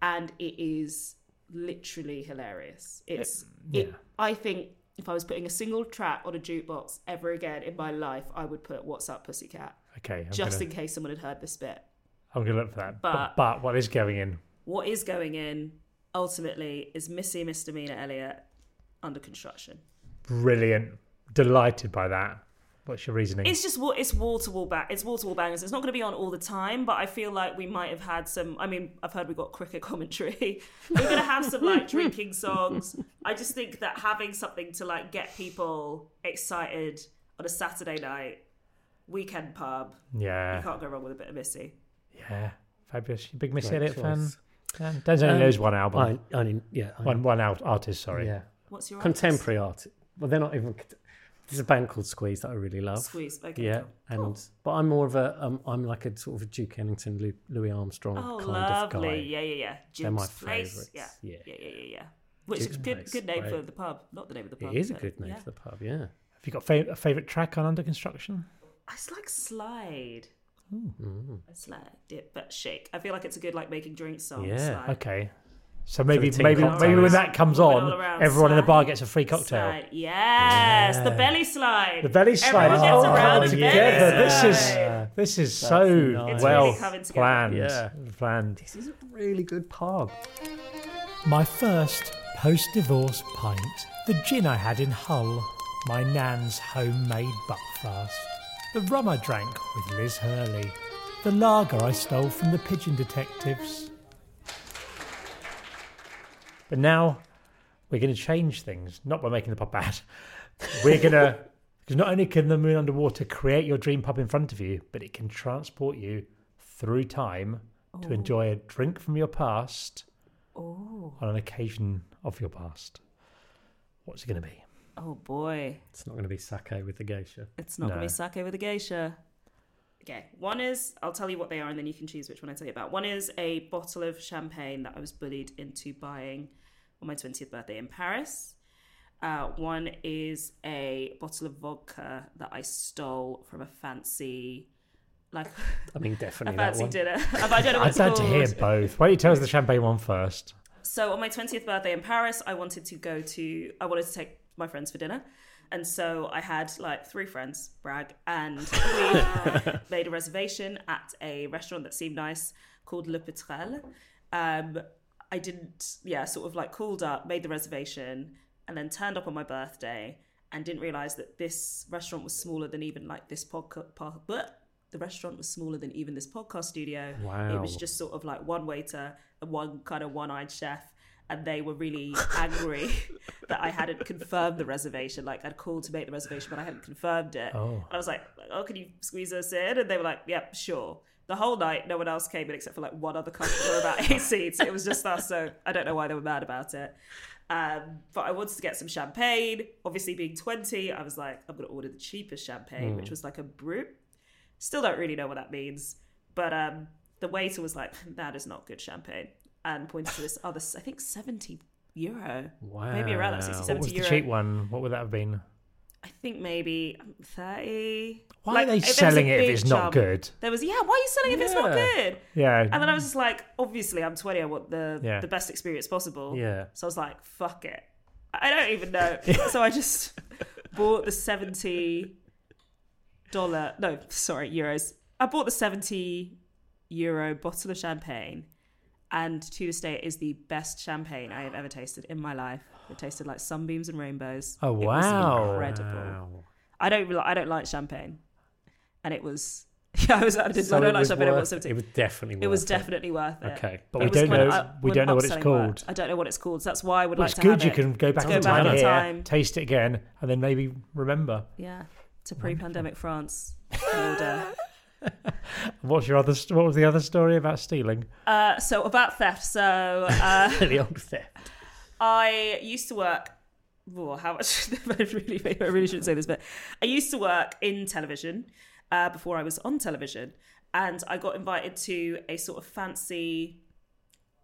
D: And it is literally hilarious. It's, it, I think, if I was putting a single track on a jukebox ever again in my life, I would put "What's Up, Pussycat,"
C: Okay, I'm
D: just
C: gonna,
D: in case someone had heard this bit.
C: I'm gonna look for that. But, but,
D: But-
C: what is going in?
D: What is going in ultimately is Missy Misdemeanor Elliot under construction.
C: Brilliant. Delighted by that. What's your reasoning?
D: It's just wa- it's wall to wall bang. It's wall to wall bangers. It's not going to be on all the time, but I feel like we might have had some. I mean, I've heard we got cricket *laughs* commentary. We're going to have some like drinking songs. I just think that having something to like get people excited on a Saturday night, weekend pub, you
C: yeah,
D: can't go wrong with a bit of Missy.
C: yeah, fabulous. You a big Missy
E: Great
C: Elliott fan?
E: choice.
C: Yeah. Denzel only
E: Um,
C: knows one album.
E: I, I mean, yeah, I,
C: one one out artist. Sorry.
E: yeah.
D: What's your artist?
E: Contemporary art. Well, they're not even. cont- There's a band called Squeeze that I really love.
D: Squeeze. Okay.
E: Yeah,
D: cool.
E: and but I'm more of a um, I'm like a sort of a Duke Ellington, Lou- Louis Armstrong
D: Oh,
E: kind of
D: lovely.
E: guy.
D: Yeah, yeah, yeah. Jim's
E: They're my
D: Place.
E: favourites.
D: Yeah.
E: Yeah.
D: yeah, yeah, yeah, yeah, yeah. Which
E: Jim's
D: is good.
E: Place,
D: Good name for
E: right.
D: the pub. Not the name of the pub.
E: It is a
D: but-
E: good name
D: yeah.
E: for the pub. Yeah,
C: Have you got fa- a favorite track on Under Construction?
D: It's like slide. I slide dip, but shake. I feel like it's a good like making drinks song.
E: Yeah,
D: Slide.
C: Okay. So maybe
E: team
C: maybe
E: cocktails.
C: maybe when that comes
D: Moving
C: on,
D: all around,
C: everyone in the bar
D: slide,
C: gets a free cocktail.
D: Slide. Yes, the belly slide.
C: The belly slide
D: Everyone
C: is
D: gets
C: all
D: around
C: coming
D: the
C: together.
D: belly
C: This
D: slide.
C: is this is so
E: nice. It's
C: well
D: really coming together.
C: planned.
E: Yeah.
C: Planned.
E: this is a really good pub.
C: My first post divorce pint, the gin I had in Hull, my nan's homemade buckfast, the rum I drank with Liz Hurley, the lager I stole from the pigeon detectives. But now we're going to change things, not by making the pub bad. *laughs* We're going to, because not only can the moon underwater create your dream pub in front of you, but it can transport you through time to enjoy a drink from your past on an occasion of your past. What's it going to be?
D: Oh boy,
E: It's not going to be sake with the geisha.
D: it's not gonna
C: No.
D: be sake with a geisha. Okay, one is I'll tell you what they are, and then you can choose which one I tell you about. One is a bottle of champagne that I was bullied into buying on my twentieth birthday in Paris. Uh, one is a bottle of vodka that I stole from a fancy, like *laughs*
E: I mean,
D: a
E: definitely that
D: fancy
E: one.
D: dinner. *laughs* I don't know what
C: I'd
D: it's
C: like to hear
D: called.
C: both. Why don't you tell us the champagne one first?
D: So on my 20th birthday in Paris, I wanted to go to I wanted to take my friends for dinner. And so I had like three friends, brag, and we made a reservation at a restaurant that seemed nice called Le Petrel. Um, I didn't, yeah, sort of like called up, made the reservation, and then turned up on my birthday and didn't realize that this restaurant was smaller than even like this podcast. but the restaurant was smaller than even this podcast studio. It was
E: Wow.
D: just sort of like one waiter and one kind of one eyed chef. And they were really angry that I hadn't confirmed the reservation. Like I'd called to make the reservation, but I hadn't confirmed it. And I was like, "Oh, can you squeeze us in?" And they were like, "Yep, sure." The whole night, no one else came in except for like one other customer about eight seats. It was just us, so I don't know why they were mad about it. Um, but I wanted to get some champagne. Obviously, being 20, I was like, I'm going to order the cheapest champagne, which was like a brut. Still don't really know what that means. But um, the waiter was like, "Hmm, that is not good champagne. And pointed to this other, I think, 70 euro. Maybe around that 60,
E: Wow.
D: 70
C: What was the
D: euro.
C: cheap one? What would that have been?
D: I think maybe um, 30.
C: Why
D: Like,
C: are they
D: if there was a
C: selling it if
D: big
C: it's not
D: jump,
C: good?
D: There was, yeah, why are you selling it if it's not
E: Yeah.
D: good?
C: Yeah.
D: And then I was just like, obviously, I'm 20. I want the
C: Yeah.
D: the best experience possible.
E: Yeah.
D: So I was like, fuck it. I don't
E: *laughs*
D: even know. so I just bought the seventy dollar. No, sorry, euros. I bought the seventy euro bottle of champagne, and to this day, it is the best champagne I have ever tasted in my life. It tasted like sunbeams and rainbows.
C: oh
D: It was
C: wow!
D: incredible. I don't. really- I don't like champagne, and it was. *laughs* Yeah, I was. I, did,
E: So
D: I
E: it
D: don't like
E: was
D: champagne. I bought
E: worth,
D: 70.
E: it was definitely worth
D: It was
E: it.
D: definitely worth it.
E: Okay,
C: But
D: It
C: we
D: was
C: don't
D: when
C: know.
D: I-
C: we
D: when
C: don't know what it's
D: upselling
C: called.
D: worked. I don't know what it's called. So that's why I would
C: Well,
D: like
C: it's
D: to
C: good
D: have
C: you
D: it.
C: can go back
D: to
C: in
D: go back
C: time,
D: in
C: here,
D: time.
C: taste it again, and then maybe remember.
D: Yeah, to pre-pandemic France. Order.
C: What's your other? st- What was the other story about stealing?
D: Uh, so about theft. So uh, *laughs*
E: the old theft.
D: I used to work. Well, how much? *laughs* I really, I really shouldn't say this, but I used to work in television uh, before I was on television, and I got invited to a sort of fancy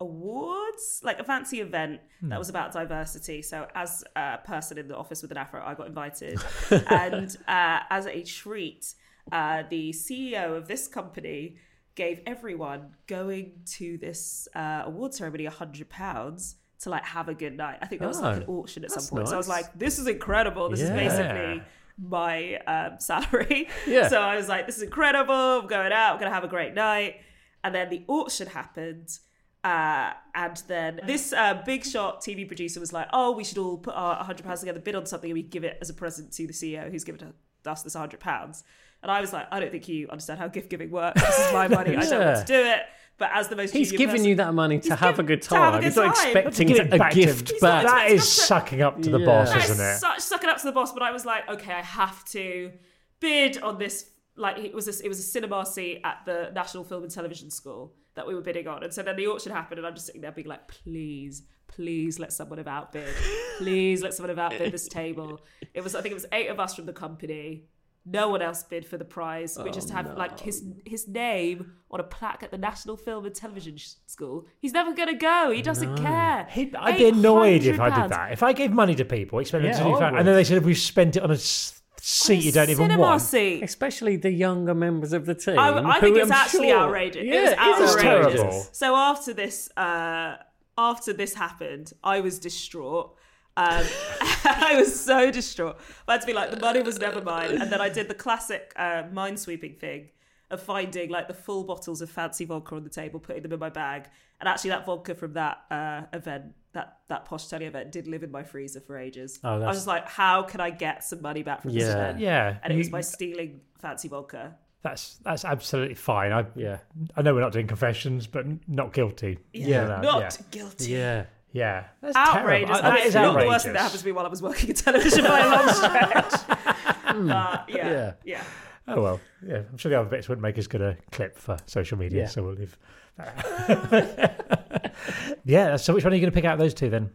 D: awards, like a fancy event that was about diversity. So, as a person in the office with an afro, I got invited, and uh, as a treat, uh, the CEO of this company gave everyone going to this uh, award ceremony a hundred pounds to like have a good night. I think there was like an
E: Oh,
D: auction at some
E: that's
D: point. So I was
E: nice.
D: like, this is incredible. This
E: Yeah.
D: is basically my um, *laughs* salary.
E: Yeah.
D: So I was like, this is incredible. I'm going out. I'm going to have a great night. And then the auction happened. Uh, and then this uh, big shot TV producer was like, oh, we should all put our £100 together, bid on something, and we give it as a present to the CEO who's given us this £100. And I was like, I don't think you understand how gift giving works. This is my money. I don't
E: *laughs*
D: want to do it. But as the most
E: He's
D: junior
E: giving
D: person-
E: you that money to
D: He's
E: have, a
D: giv-
E: good
D: to have
E: time.
D: a good
E: He's not
D: time.
E: expecting
C: Give it
E: a
C: back to him.
E: gift
C: He's
D: not
E: back.
D: expecting-
C: That is sucking up to the
E: Yeah.
C: boss,
D: That's
C: isn't it?
D: Such sucking up to the boss, but I was like, okay, I have to bid on this. Like it was, a, it was a cinema seat at the National Film and Television School that we were bidding on, and so then the auction happened, and I'm just sitting there being like, please, please let someone have outbid, please let someone have outbid this table. It was, I think it was eight of us from the company. No one else bid for the prize, which is to have like his his name on a plaque at the National Film and Television Sh- School. He's never gonna go. He doesn't care.
C: He'd- I'd be annoyed if I did
D: £800.
C: that. If I gave money to people, expect them
E: Yeah,
C: to do
E: I
C: that,
E: would.
C: and then they said we've spent it on a s- seat you don't even
D: cinema
C: want.
D: seat.
E: Especially the younger members of the team.
D: I, I think
E: who
D: it's
E: I'm
D: actually
E: sure-
D: outrageous.
E: Yeah,
D: it was
E: it
D: outrageous.
E: is
C: terrible.
D: So after this, uh, after this happened, I was distraught. Um, *laughs* I was so distraught. I had to be like, the money was never mine. And then I did the classic uh, mind sweeping thing of finding like the full bottles of fancy vodka on the table, putting them in my bag. And actually, that vodka from that uh, event, that that posh telly event, did live in my freezer for ages.
E: Oh,
D: I
E: that's-
D: was just like, how can I get some money back from this
E: Yeah.
D: event?
C: Yeah,
D: And it was
C: you-
D: by stealing fancy vodka.
C: That's that's absolutely fine. I
E: Yeah.
C: I know we're not doing confessions, but n- not guilty.
E: Yeah.
C: No, no,
D: Not
C: yeah,
D: guilty.
E: Yeah.
C: yeah. That's
D: outrageous.
C: terrible.
D: That
C: That
D: is
C: is
D: not the
C: outrageous.
D: worst thing that happened to me while I was working in television by a
C: *laughs*
D: long stretch.
C: Hmm.
D: But yeah,
E: Yeah.
D: yeah,
C: Oh well, yeah. I'm sure the other bits wouldn't make as good a clip for social media,
E: Yeah.
C: so we'll leave. *laughs* yeah. So which one are you going to pick out of those two then?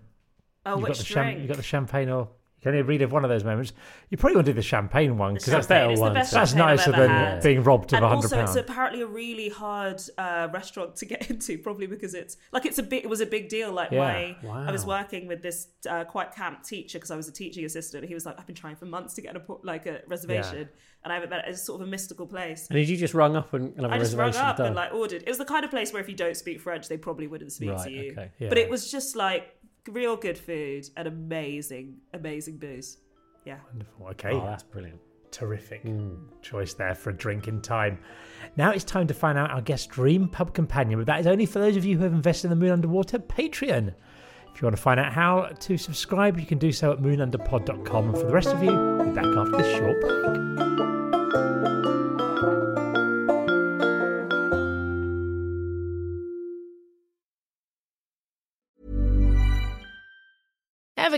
D: Oh,
C: you've
D: which
C: got the cham-
D: drink?
C: you've got the champagne, or you can only read of one of those moments. You probably want to do the champagne one because that's
D: champagne
C: better
D: is the
C: one.
D: best
C: That's
D: champagne I've
C: nicer
D: ever
C: than
D: had.
C: being robbed of
D: and
C: a hundred
D: also, it's
C: pounds.
D: apparently a really hard uh, restaurant to get *laughs* into, probably because it's like it's a big. It was a big deal. Like
C: Yeah.
D: my, I was
E: Wow.
D: working with this uh, quite camp teacher because I was a teaching assistant. He was like, I've been trying for months to get an appo- like a reservation, and I haven't met. It's sort of a mystical place.
E: And did you just rung up and and have a
D: I just rung
E: reservation
D: up
E: done?
D: and like ordered. It was the kind of place where if you don't speak French, they probably wouldn't speak
E: Right,
D: to you.
E: okay.
C: Yeah.
D: But it was just like real good food and amazing, amazing booze. Yeah.
C: Wonderful. Okay.
E: oh, that's brilliant.
C: Terrific choice there for a drink in time. Now it's time to find out our guest dream pub companion, but that is only for those of you who have invested in the Moon Underwater Patreon. If you want to find out how to subscribe, you can do so at moonunderpod.com. And for the rest of you, we'll be back after this short break.
G: Ever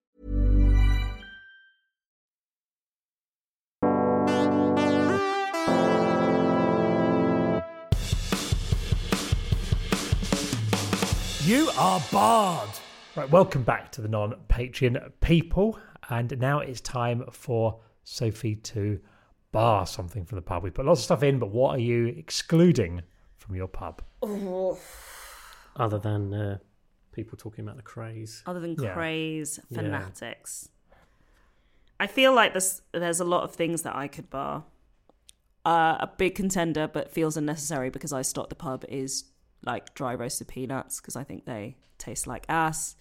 C: You are barred. Right, welcome back to the non Patreon people. And now it's time for Sophie to bar something from the pub. We put lots of stuff in, but what are you excluding from your pub?
E: Other than uh, people talking about the craze.
D: Other than
C: Yeah.
D: craze,
E: Yeah.
D: fanatics. I feel like this, there's a lot of things that I could bar. Uh, a big contender, but feels unnecessary because I stopped the pub, is like dry roasted peanuts because I think they taste like
C: *laughs*
D: ass.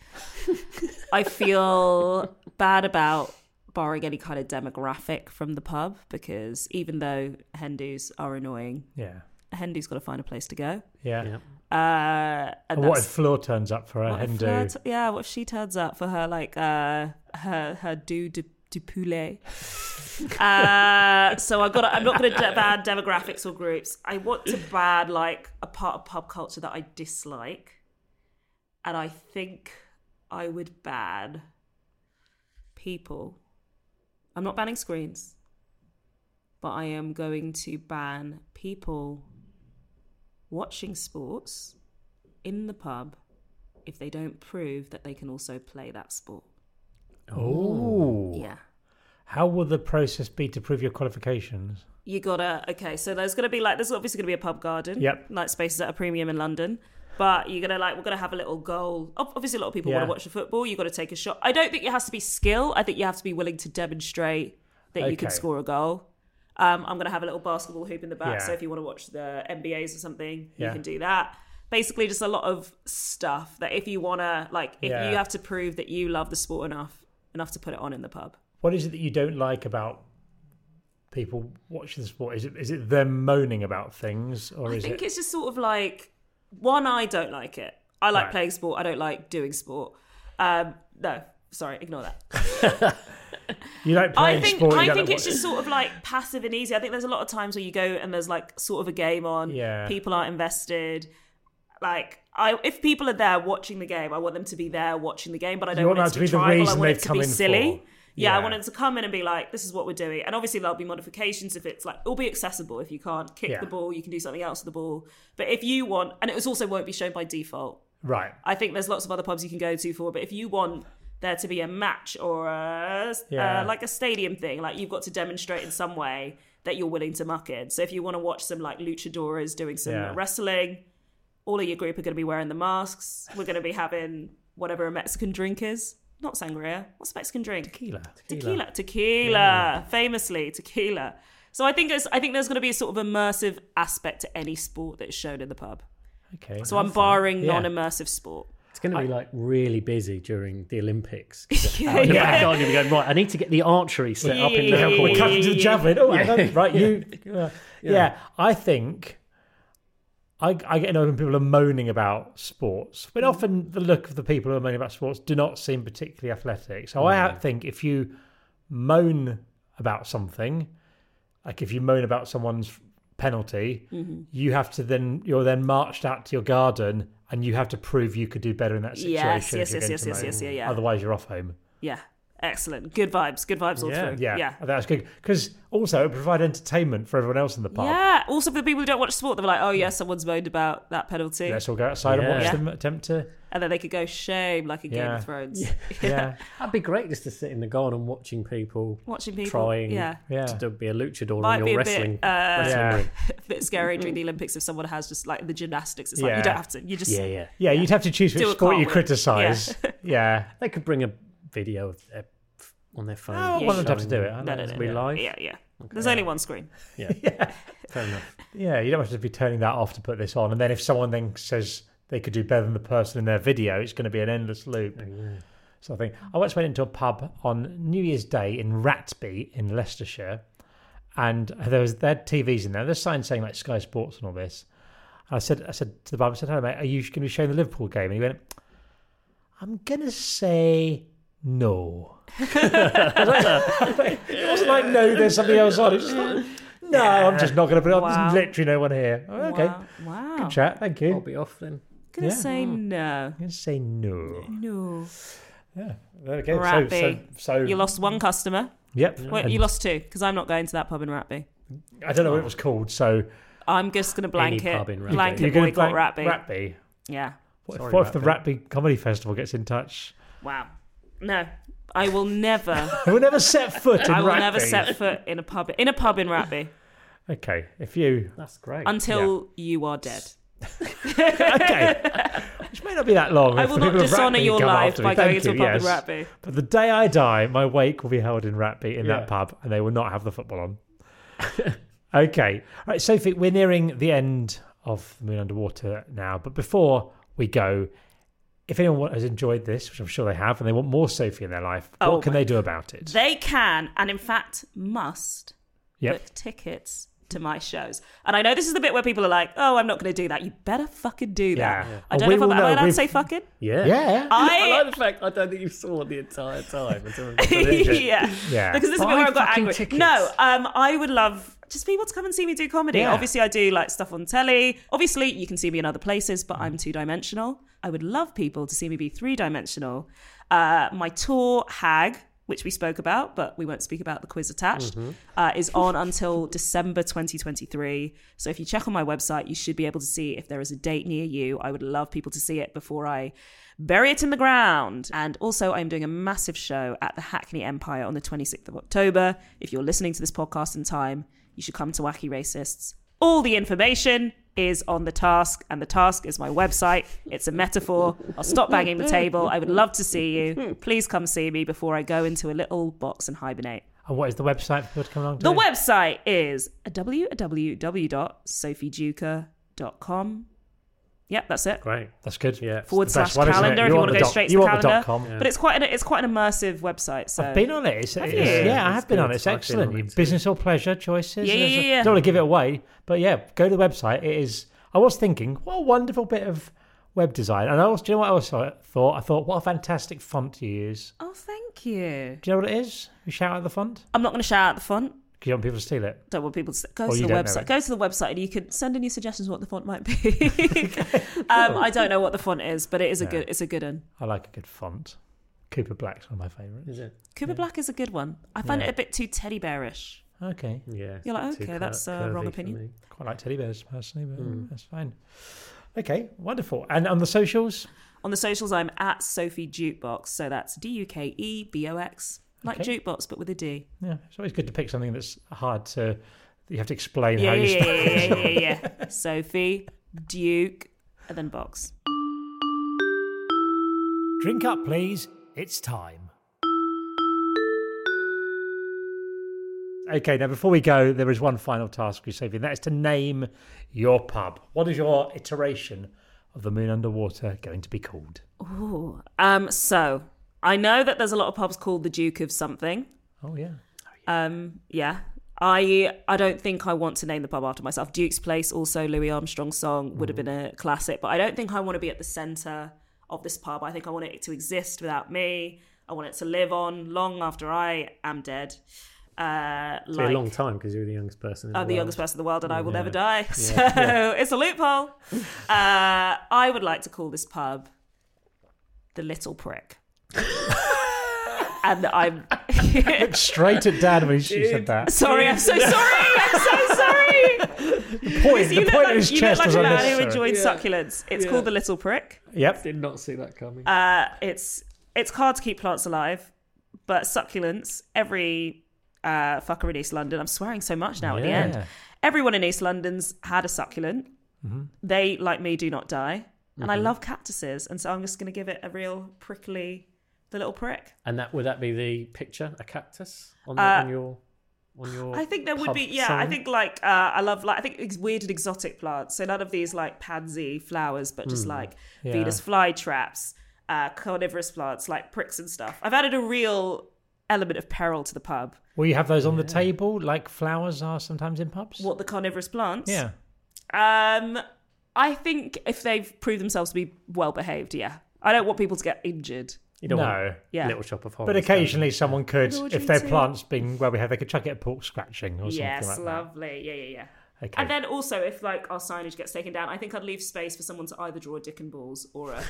D: I feel bad about barring any kind of demographic from the pub because even though Hindus are annoying,
C: Yeah.
D: Hindu's got to find a place to go.
C: Yeah.
E: Yeah.
D: Uh,
C: And what if Fleur turns up for a
D: what if
C: Hindu?
D: Fleur t- yeah, what if she turns up for her like uh her her do du, du poulet? uh, so I got. I'm not going to de- ban demographics or groups. I want to ban like a part of pub culture that I dislike, and I think I would ban people. I'm not banning screens, but I am going to ban people watching sports in the pub if they don't prove that they can also play that sport.
C: Oh.
D: Yeah.
C: How will the process be to prove your qualifications?
D: You gotta okay, so there's gonna be like there's obviously gonna be a pub garden.
C: Yep.
D: Like spaces at a premium in London. But you're gonna like we're gonna have a little goal. Ob- Obviously a lot of people
C: Yeah.
D: wanna watch the football, you gotta take a shot. I don't think it has to be skill. I think you have to be willing to demonstrate that you can
C: Okay.
D: score a goal. Um, I'm gonna have a little basketball hoop in the back,
C: Yeah.
D: so if you want to watch the NBAs or something,
C: Yeah.
D: you can do that. Basically, just a lot of stuff that if you wanna like, if
C: Yeah.
D: you have to prove that you love the sport enough enough to put it on in the pub.
C: What is it that you don't like about people watching the sport? Is it is it them moaning about things, or
D: I
C: is
D: think
C: it?
D: it's just sort of like one. I don't like it. I like
C: Right.
D: playing sport. I don't like doing sport. Um, no, sorry, ignore that.
C: You like *laughs* playing
D: I think
C: sport? you
D: I
C: don't
D: think
C: like
D: it's just sort of like passive and easy. I think there's a lot of times where you go and there's like sort of a game on.
C: Yeah.
D: People aren't invested. Like I, if people are there watching the game, I want them to be there watching the game. But I don't
C: want
D: want,
C: that to
D: it
C: be the
D: to be tribal. I
C: reason
D: want
C: they've
D: it to
C: come
D: be
C: in
D: silly.
C: for.
D: Yeah,
C: Yeah.
D: I want them to come in and be like, "This is what we're doing," and obviously there'll be modifications if it's like it'll be accessible. If you can't kick
C: Yeah.
D: the ball, you can do something else with the ball. But if you want, and it was also won't be shown by default.
C: right.
D: I think there's lots of other pubs you can go to for, but if you want there to be a match or a,
C: Yeah.
D: uh, like a stadium thing, like you've got to demonstrate in some way that you're willing to muck in. So if you want to watch some like luchadoras doing some
C: Yeah.
D: wrestling, all of your group are going to be wearing the masks. We're going to be having whatever a Mexican drink is. Not sangria. What's a Mexican drink?
C: Tequila.
D: tequila tequila famously tequila so i think it's, i think there's going to be a sort of immersive aspect to any sport that's shown in the pub
C: Okay.
D: so i'm barring
C: Yeah.
D: non-immersive sport
E: It's going to be like really busy during the
D: *laughs*
E: Olympics. yeah,
D: yeah.
E: You'll be going, right, I need to get the archery set up in
D: Yeah, yeah,
E: Liverpool.
C: We're
D: yeah,
E: Come-
C: cutting to the javelin. Oh, I know. right.
D: *laughs*
C: You. Yeah. yeah. I think. I, I get annoyed when people are moaning about sports,
D: Mm.
C: but often the look of the people who are moaning about sports do not seem particularly athletic. So I
D: Mm.
C: think if you moan about something, like if you moan about someone's penalty,
D: Mm-hmm.
C: you have to then you're then marched out to your garden and you have to prove you could do better in that situation.
D: Yes,
C: if
D: yes,
C: you're
D: yes,
C: going
D: yes,
C: to
D: yes,
C: moan.
D: yes, yeah, yeah.
C: Otherwise, you're off home.
D: yeah excellent good vibes good vibes all through
C: Yeah, Oh,
D: yeah
C: that's good because also it provide entertainment for everyone else in the pub.
D: Yeah. Also, for the people who don't watch sport, they're like, "Oh yeah, someone's moaned about that penalty,"
C: Let's all go outside and watch
E: Yeah.
C: them attempt to.
D: and then they could go shame like a Game
C: Yeah.
D: of Thrones,
C: Yeah,
E: That'd be great just to sit in the garden watching people
D: watching people.
E: trying
D: yeah,
C: yeah.
E: to do- be a luchador
D: Might
E: on
D: be
E: your
D: a bit,
E: wrestling,
D: uh,
E: wrestling
C: Yeah.
E: ring.
D: *laughs* a bit scary during the Olympics if someone has just like the gymnastics. It's like
C: Yeah.
D: you don't have to. You just
E: Yeah, yeah.
C: yeah, you'd have to choose which
D: Do a
C: sport you
D: cartwheel.
C: criticise. Yeah.
E: They could bring a video of their, on
D: Oh,
E: their phone.
C: I wouldn't have to do it. I
D: No,
C: don't
D: no,
C: know.
D: no,
E: We
D: no.
E: live?
D: Yeah, yeah. There's only one screen.
E: Fair
D: *laughs*
E: enough.
C: Yeah, you don't have to be turning that off to put this on. And then if someone then says they could do better than the person in their video, it's going to be an endless loop. So I think I once went into a pub on New Year's Day in Ratby in Leicestershire, and there was they had TVs in there. There's signs saying like Sky Sports and all this. And I said, I said to the pub, I said, "Hello, mate. Are you going to be showing the Liverpool game?" And he went, "I'm going to say no." *laughs* it wasn't like *laughs* no, there's something else on. It's just like, no, I'm just not going to put it on.
D: Wow.
C: There's literally no one here. Oh, okay,
D: Wow. wow.
C: good chat. Thank you.
E: I'll
C: I'm
E: be off then.
D: gonna
C: Yeah.
D: say no.
C: going to say no.
D: No.
C: Yeah, there we go. So,
D: Ratby.
C: so, so
D: You lost one customer.
C: Yep.
D: Wait, you lost two because I'm not going to that pub in Ratby.
C: I don't know what it was called. So
D: I'm just gonna blanket
E: pub in Ratby.
D: blanket
C: you're going to
D: boycott Ratby.
C: Ratby.
D: Yeah.
C: What, if,
E: Sorry,
C: what if the Ratby Comedy Festival gets in touch?
D: Wow. No, I
C: *laughs*
D: will never.
C: I will never set foot in
D: *laughs* I will
C: Ratby.
D: never set foot in a pub in a pub in Ratby
C: Okay, if you
E: That's great.
D: until you are dead. *laughs*
C: okay, which may not be that long.
D: I
C: if
D: will
C: the
D: not
C: people of
D: dishonour
C: Ratby
D: your
C: come
D: life
C: after me.
D: by going
C: Thank
D: into a
C: you,
D: pub in
C: yes.
D: Ratby.
C: But the day I die, my wake will be held in Ratby in
E: Yeah.
C: that pub, and they will not have the football
D: *laughs*
C: on. okay. All right, Sophie, we're nearing the end of The Moon Underwater now. But before we go, if anyone has enjoyed this, which I'm sure they have, and they want more Sophie in their life,
D: Oh
C: what can
D: my-
C: they do about it?
D: They can and in fact must
C: Yep.
D: book tickets to my shows. And I know this is the bit where people are like, "Oh, I'm not going to do that." You better fucking do that.
C: Yeah.
D: I
C: Oh,
D: don't
C: we
D: know
C: will know.
D: if I'm am I allowed
C: We've-
D: to
C: *laughs*
D: say fucking.
E: Yeah.
C: Yeah.
D: I-
E: I like the fact I don't think you saw the entire time. Until
D: *laughs* yeah.
C: Yeah.
D: Because this is a
E: Buy
D: bit where I got
E: fucking
D: angry.
E: tickets.
D: No, um, I would love just people to come and see me do comedy.
C: Yeah.
D: Obviously, I do like stuff on telly. Obviously, you can see me in other places, but I'm two dimensional. I would love people to see me be three dimensional. Uh, my tour, Hag, which we spoke about, but we won't speak about the quiz attached,
E: Mm-hmm.
D: uh, is on until December 2023. So if you check on my website, you should be able to see if there is a date near you. I would love people to see it before I bury it in the ground. And also, I'm doing a massive show at the Hackney Empire on the 26th of October. If you're listening to this podcast in time, you should come to Wacky Racists. All the information is on the task, and the task is my website. It's a metaphor. I'll stop banging the table. I would love to see you. Please come see me before I go into a little box and hibernate.
C: And what is the website for people to come along to?
D: The website is www.sophieduca.com. Yep, that's it.
E: Great.
C: That's good.
E: Yeah.
D: Forward
C: It's the best
D: slash
C: one, isn't it?
D: calendar if you
C: want
D: want to
C: the
D: go
C: dot-
D: straight to
C: you
D: the
C: want the
D: calendar.
C: dot com.
D: But it's quite an it's quite an immersive website. So
C: I've been on it. It's, it's-
D: you?
C: yeah, I have
E: It's
C: been
E: good.
C: on it. It's
E: I've been on
C: excellent.
E: it too.
C: Business or pleasure choices.
D: Yeah, yeah,
C: There's a-
D: yeah, yeah.
C: Don't want to give it away, but yeah, go to the website. It is. I was thinking, what a wonderful bit of web design. And I also, do you know what I also thought? I thought, what a fantastic font to use.
D: Oh, thank you.
C: Do you know what it is? You shout out the font
D: I'm not going to shout out the font.
C: because you want people to steal it.
D: Don't want people to go
C: Oh,
D: to
C: you
D: the
C: don't know it.
D: website. Go to the website and you can send in your suggestions what the font
C: *laughs*
D: might be. um, I don't know what the font is, but it is a good. It's a good one.
C: I like a good font. Cooper Black's one of my favourites.
E: Is it?
D: Cooper Black is a good one. I find it a bit too teddy bearish.
C: Okay.
E: Yeah.
D: You're like,
E: too
D: okay,
E: cur-
D: that's, uh,
E: curvy
D: wrong
E: for
D: opinion.
E: me.
C: Quite like teddy bears personally, but that's fine. Okay, wonderful. And on the socials,
D: On the socials, I'm at Sophie Jukebox. So that's D U K E B O X, like
C: Okay.
D: jukebox but with a D.
C: yeah, it's always good to pick something that's hard to. That you have to explain
D: Yeah,
C: how you
D: yeah,
C: spell.
D: yeah, yeah, yeah, yeah,
C: *laughs*
D: yeah. Sophie Duke, and then box.
C: Drink up, please. It's time. Okay, now before we go, there is one final task for you, Sophie, and that is to name your pub. What is your iteration of the Moon Underwater going to be called?
D: Ooh. Um, so I know that there's a lot of pubs called the Duke of something.
C: Oh yeah,
D: Um, yeah. I I don't think I want to name the pub after myself. Duke's Place, also Louis Armstrong's song, would have
E: Mm.
D: been a classic, but I don't think I want to be at the centre of this pub. I think I want it to exist without me. I want it to live on long after I am dead. Uh,
E: It's
D: like
E: been a long time because you're the youngest person. In
D: I'm
E: the
D: the
E: world.
D: youngest person in the world, and I will never die. *laughs* So it's a loophole. uh, I would like to call this pub the Little Prick, and I'm
C: straight at Dan when she said that.
D: sorry. I'm so sorry. I'm so sorry.
C: Point,
D: you
C: the
D: look
C: point
D: like,
C: of his
D: you look
C: chest
D: like
C: was
D: a man who
C: unnecessary.
D: enjoyed succulents. It's called the Little Prick.
C: Yep.
E: Did not see that coming.
D: Uh, it's it's hard to keep plants alive, but succulents every uh, fucker in East London. I'm swearing so much now at the
C: Yeah.
D: end. Everyone in East London's had a succulent. They, like me, do not die, and I love cactuses, and so I'm just going to give it a real prickly, the little prick.
E: And that would that be the picture, a cactus on, the,
D: Uh,
E: on your on your?
D: I think there would
E: pub
D: be, yeah. I
E: sign?
D: think like uh, I love like I think ex- weird and exotic plants. So none of these like pansy flowers, but just like
C: Hmm, Yeah.
D: Venus flytraps, uh, carnivorous plants like pricks and stuff. I've added a real element of peril to the pub.
C: Will you have those on the table like flowers are sometimes in pubs?
D: What the carnivorous plants?
C: Yeah.
D: Um, I think if they've proved themselves to be well behaved, yeah. I don't want people to get injured.
E: you don't
C: No.
E: want
D: Yeah.
E: Little Shop of Horrors.
C: But occasionally someone could,
D: Lord,
C: if
D: you
C: their
D: too.
C: plant's been well behaved, they could chuck it at pork scratching or
D: yes,
C: something like
D: lovely. Yeah, yeah, yeah.
C: that. Okay.
D: And then also, if like our signage gets taken down, I think I'd leave space for someone to either draw dick and balls or a,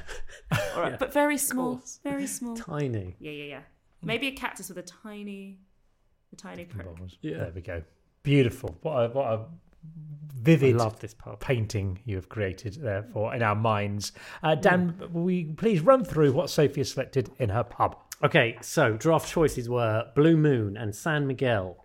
D: or a but very small, very small.
E: tiny.
D: Yeah, yeah, yeah. Maybe a cactus with a tiny, a tiny prick.
C: Bubbles.
E: Yeah.
C: There we go. Beautiful. What a, what a vivid
E: Love this Mm. pub.
C: painting you have created, therefore, in our minds. Uh,
E: Mm.
C: Dan, will we please run through what Sophie has selected in her pub?
E: Okay, so draft choices were Blue Moon and San Miguel,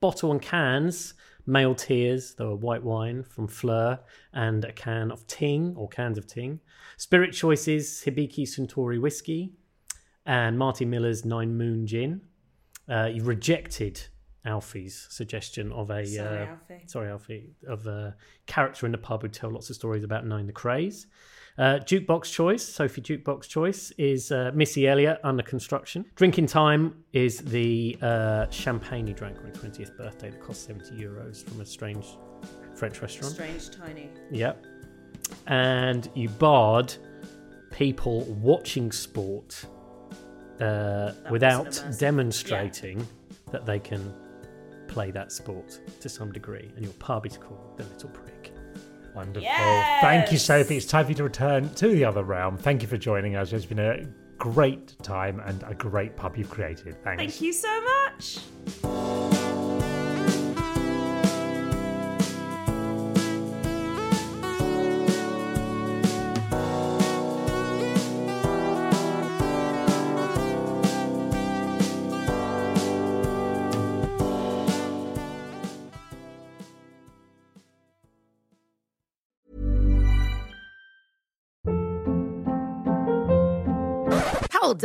E: bottle and cans, male tears, though a white wine from Fleur, and a can of ting or cans of ting, spirit choices, Hibiki Suntory whiskey, and Marty Miller's Nine Moon gin. Uh, you rejected Alfie's suggestion of a
D: Sorry,
E: uh,
D: Alfie.
E: sorry Alfie of a character in the pub who tell lots of stories about knowing the craze. Uh, jukebox choice, Sophie jukebox choice is uh, Missy Elliott under construction. Drinking time is the uh, champagne he drank on his twentieth birthday that cost seventy euros from a strange French restaurant.
D: Strange tiny.
E: Yep. And you barred people watching sport uh, without
D: immersive.
E: demonstrating that they can play that sport to some degree. And your pub is called The Little Prick.
C: Wonderful. Thank you,
D: Yes.
C: Sophie. It's time for you to return to the other realm. Thank you for joining us. It's been a great time and a great pub you've created. Thanks.
D: Thank you so much.
G: Hold